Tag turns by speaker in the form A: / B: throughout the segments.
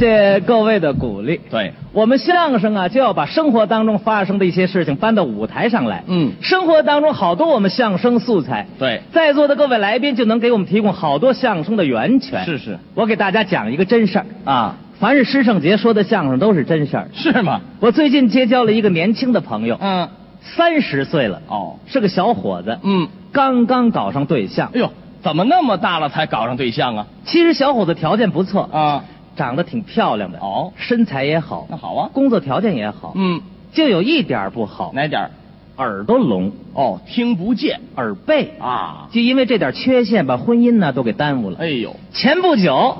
A: 谢谢各位的鼓励。
B: 对，
A: 我们相声啊，就要把生活当中发生的一些事情搬到舞台上来。
B: 嗯
A: 生活当中好多我们相声素材。
B: 对
A: 在座的各位来宾就能给我们提供好多相声的源泉。
B: 是是，
A: 我给大家讲一个真事儿。
B: 啊，
A: 凡是师胜杰说的相声都是真事儿。
B: 是吗？
A: 我最近结交了一个年轻的朋友，
B: 嗯，
A: 三十岁了，
B: 哦，
A: 是个小伙子，
B: 嗯，
A: 刚刚搞上对象
B: 哎。呦，怎么那么大了才搞上对象啊？
A: 其实小伙子条件不错，
B: 啊，
A: 长得挺漂亮的，
B: 哦
A: 身材也好，
B: 那好啊，
A: 工作条件也好，
B: 嗯，
A: 就有一点儿不好，
B: 哪点儿？
A: 耳朵聋、
B: 哦，听不见
A: 耳背，
B: 啊。
A: 就因为这点缺陷，把婚姻呢都给耽误了。
B: 哎呦，
A: 前不久，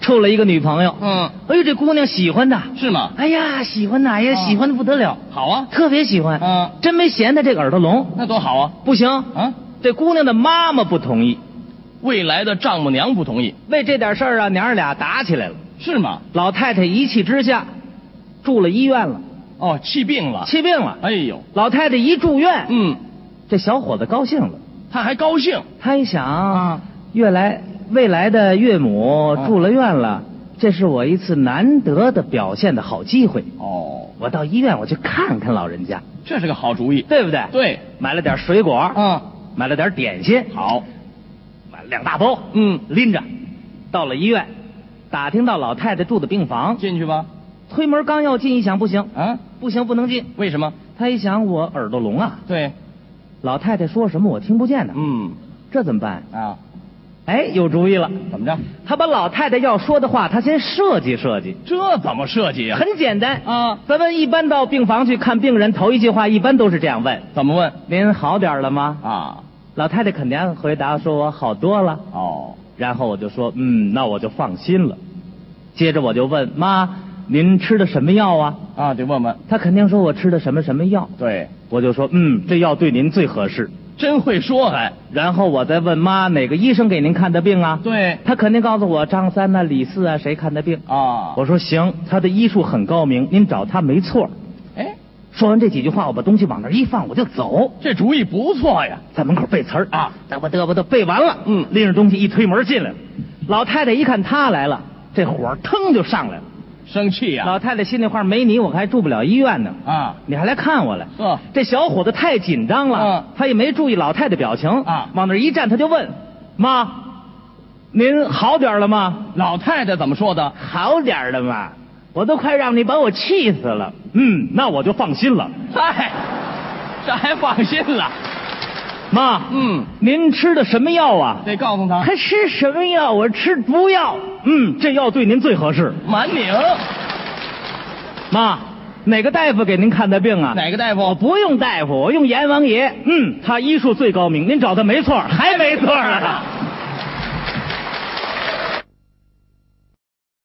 A: 处了一个女朋友，
B: 嗯，
A: 哎呦，这姑娘喜欢他，
B: 是吗？
A: 哎呀，喜欢他，哎呀，
B: 啊
A: 喜欢的不得了，
B: 好啊，
A: 特别喜欢，
B: 嗯
A: 真没闲的这个耳朵聋，
B: 那多好啊。
A: 不行，
B: 啊，
A: 这姑娘的妈妈不同意，
B: 未来的丈母娘不同意，
A: 为这点事儿啊，娘儿俩打起来了，
B: 是吗？
A: 老太太一气之下，住了医院了，
B: 哦，气病了。
A: 气病了，
B: 哎呦，
A: 老太太一住院，
B: 嗯，
A: 这小伙子高兴了。
B: 他还高兴。
A: 他一想，
B: 啊
A: 越来未来的岳母
B: 啊
A: 住了院了，这是我一次难得的表现的好机会。
B: 哦，
A: 我到医院我去看看老人家，
B: 这是个好主意。
A: 对不对？，
B: 对，
A: 买了点水果，
B: 嗯，
A: 买了点点心，
B: 好，
A: 买了两大包，
B: 嗯
A: 拎着，到了医院，打听到老太太住的病房，
B: 进去吧。
A: 推门刚要进，一想不行，
B: 啊，
A: 不行，不能进。
B: 为什么？
A: 他一想，我耳朵聋啊，
B: 对，
A: 老太太说什么我听不见呢，
B: 嗯，
A: 这怎么办？
B: 啊，
A: 哎，有主意了。
B: 怎么着？
A: 他把老太太要说的话，他先设计设计，
B: 这怎么设计呀、
A: 很简单
B: 啊
A: 咱们一般到病房去看病人，头一句话一般都是这样问
B: 怎么问？：“
A: 您好点儿了吗
B: 啊，？”
A: 老太太肯定回答说：“我好多了。
B: 哦，”
A: 然后我就说：“嗯，那我就放心了。”接着我就问妈：“您吃的什么药啊
B: 啊，得问问。？”
A: 她肯定说我吃的什么什么药，
B: 对，
A: 我就说：“嗯，这药对您最合适。
B: 真会说还。”
A: 然后我再问妈哪个医生给您看的病啊？
B: 对，
A: 她肯定告诉我张三呐、李四啊谁看的病。
B: 啊，
A: 我说行，他的医术很高明，您找他没错。
B: 哎，
A: 说完这几句话，我把东西往那儿一放，我就走，
B: 这主意不错呀。
A: 在门口背词儿
B: 啊，
A: 嘚吧嘚吧嘚，背完了，
B: 嗯
A: 拎着东西一推门进来了。老太太一看他来了，这火儿腾就上来了。
B: 生气呀、
A: 老太太心里话，没你我还住不了医院呢，
B: 啊。
A: 你还来看我来？
B: 呵
A: 这小伙子太紧张了
B: 嗯，
A: 他也没注意老太太表情
B: 啊
A: 往那儿一站，他就问妈：“您好点儿了吗？”
B: 老太太怎么说的？
A: 好点儿的嘛，我都快让你把我气死了。嗯，那我就放心了。
B: 嗨，这还放心了。
A: 妈，
B: 嗯，
A: 您吃的什么药啊？
B: 得告诉他
A: 还吃什么药？我吃毒药。嗯，这药对您最合适。
B: 满拧。
A: 妈，哪个大夫给您看的病啊？
B: 哪个大
A: 我
B: 夫？
A: 不 用大夫，我用阎王爷。嗯，他医术最高明，您找他没错儿，还没错儿呢。